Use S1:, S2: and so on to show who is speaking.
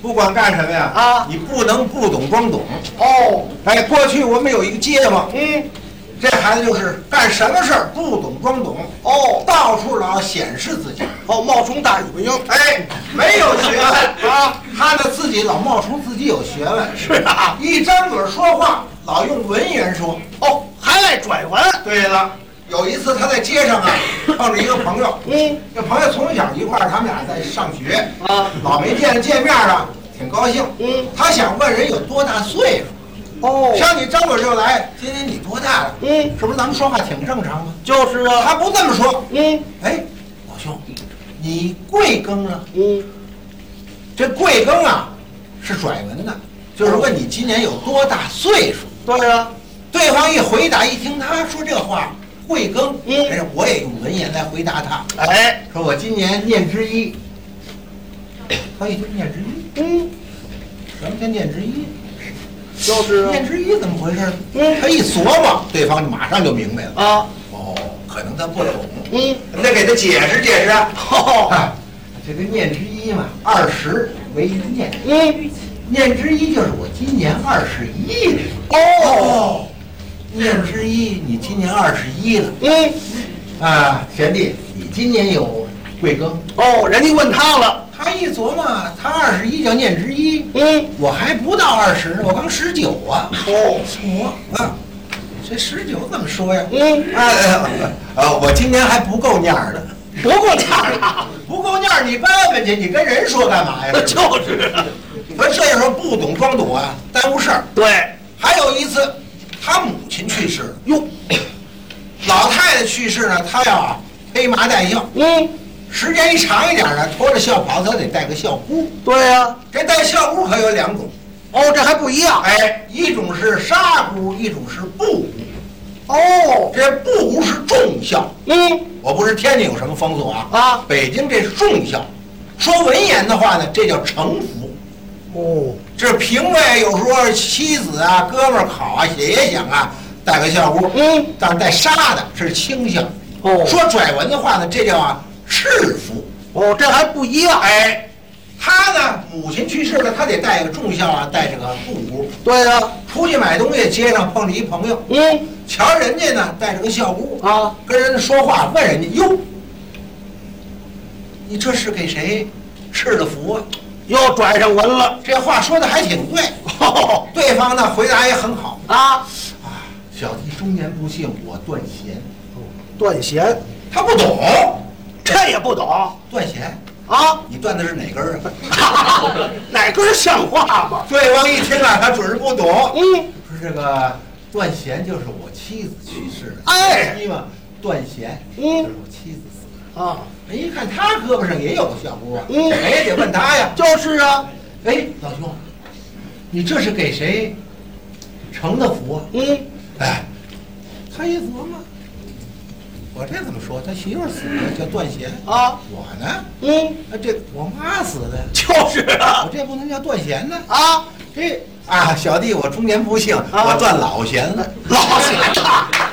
S1: 不管干什么呀，
S2: 啊
S1: 你不能不懂装懂。
S2: 哦，
S1: 哎，过去我们有一个街坊，
S2: 嗯，
S1: 这孩子就是干什么事儿不懂装懂，
S2: 哦，
S1: 到处老显示自己。
S2: 哦，冒充大尾巴鹰，
S1: 哎，没有学问
S2: 啊，
S1: 他呢自己老冒充自己有学问，
S2: 是啊，
S1: 一张嘴说话老用文言说。
S2: 哦，还爱拽弯，
S1: 对了，有一次他在街 上啊碰着一个朋友，
S2: 嗯，
S1: 这朋友从小一块儿，他们俩在上学，
S2: 啊，
S1: 老没见着见面了，挺高兴。
S2: 嗯，
S1: 他想问人有多大岁数，
S2: 哦，
S1: 上你张嘴就来，今年你多大了？
S2: 嗯，
S1: 是不是咱们说话挺正常吗？哦
S2: 就是啊，
S1: 他不这么说，
S2: 嗯
S1: 哎，老兄，你贵庚啊？
S2: 嗯，
S1: 这贵庚啊，是拽文的，就是问你今年有多大岁数。
S2: 对啊，
S1: 对方一回答，一听他说这话，贵庚，
S2: 嗯
S1: 哎，我也用文言来回答他，
S2: 哎，
S1: 说我今年念之一。他一听念之一，
S2: 嗯，
S1: 什么叫念之一？
S2: 就是
S1: 念之一怎么回事？
S2: 嗯
S1: 他一琢磨，对方就马上就明白了。
S2: 啊，啊，
S1: 哦，可能他不懂，
S2: 嗯，
S1: 你得给他解释解释。
S2: 哦，
S1: 啊，这个念之一嘛，二十为一念，
S2: 嗯，
S1: 念之一就是我今年二十一了。
S2: 哦，，
S1: 念之一，你今年二十一了
S2: 嗯，
S1: 啊，贤弟，你今年有贵庚？
S2: 哦，人家问他了，
S1: 他一琢磨，他二十一叫念之一，
S2: 嗯，
S1: 我还不到二十呢，我刚十九啊。
S2: 哦，
S1: 我啊，这十九怎么说 呀？
S2: 嗯，
S1: 啊，呃，我今年还不够念儿呢，
S2: 不过价了，
S1: 不够念儿你办办去，你跟人说干嘛 呀？
S2: 就是啊，
S1: 不是这时候不懂装懂啊，耽误事儿。
S2: 对，
S1: 还有一次，他母亲去世了，
S2: 哟，
S1: 老太太去世呢，他要啊披麻戴孝，
S2: 嗯，
S1: 时间一长一点呢，拖着孝袍，他得戴个孝箍。
S2: 对呀，
S1: 这戴孝箍可有两种，
S2: 哦，这还不一样，
S1: 哎，一种是纱箍，一种是布箍。
S2: 哦，
S1: 这布箍是重孝，
S2: 嗯，
S1: 我不是天津有什么风俗啊，
S2: 啊，
S1: 北京这是重孝。说文言的话呢，这叫成服。
S2: 哦，
S1: 这评委有时候妻子啊、哥们儿好啊，也也想啊，戴个孝箍，
S2: 嗯，
S1: 但是带纱的这是倾向。
S2: 哦
S1: 说拽文的话呢，这叫啊赤服。
S2: 哦，这还不一样，哎，
S1: 他呢，母亲去世了，他得带个重孝啊，带这个布箍。
S2: 对呀，
S1: 出去买东西，街上碰着一朋友，
S2: 嗯，
S1: 瞧人家呢带着个孝箍，
S2: 啊，
S1: 跟人家说话，问人家哟，你这是给谁吃的福啊？
S2: 又拽上文了，
S1: 这话说的还挺对。
S2: 哦，
S1: 对方呢回答也很好，
S2: 啊，
S1: 啊，小弟中年不幸，我断弦。
S2: 断弦，
S1: 他不懂，
S2: 这也不懂
S1: 断弦，
S2: 啊，
S1: 你断的是哪根儿啊？
S2: 哪根像话吗？
S1: 对方一听啊，他准是不懂。
S2: 嗯，
S1: 说这个断弦就是我妻子去世了，
S2: 哎
S1: 妻嘛，断弦就
S2: 嗯
S1: 是我妻子死了。
S2: 啊，
S1: 哎，一看他胳膊上也有个小箍啊，
S2: 嗯
S1: 哎，也得问他呀。
S2: 就是啊，
S1: 哎，老兄，你这是给谁成的福啊？
S2: 嗯，
S1: 哎，他一琢磨，我这怎么说？他媳妇儿死了叫断弦，
S2: 啊，
S1: 我呢，
S2: 嗯，
S1: 啊这我妈死的，
S2: 就是啊，
S1: 我这不能叫断弦呢。
S2: 啊，
S1: 这啊，小弟我中年不幸，我断老弦了。
S2: 老弦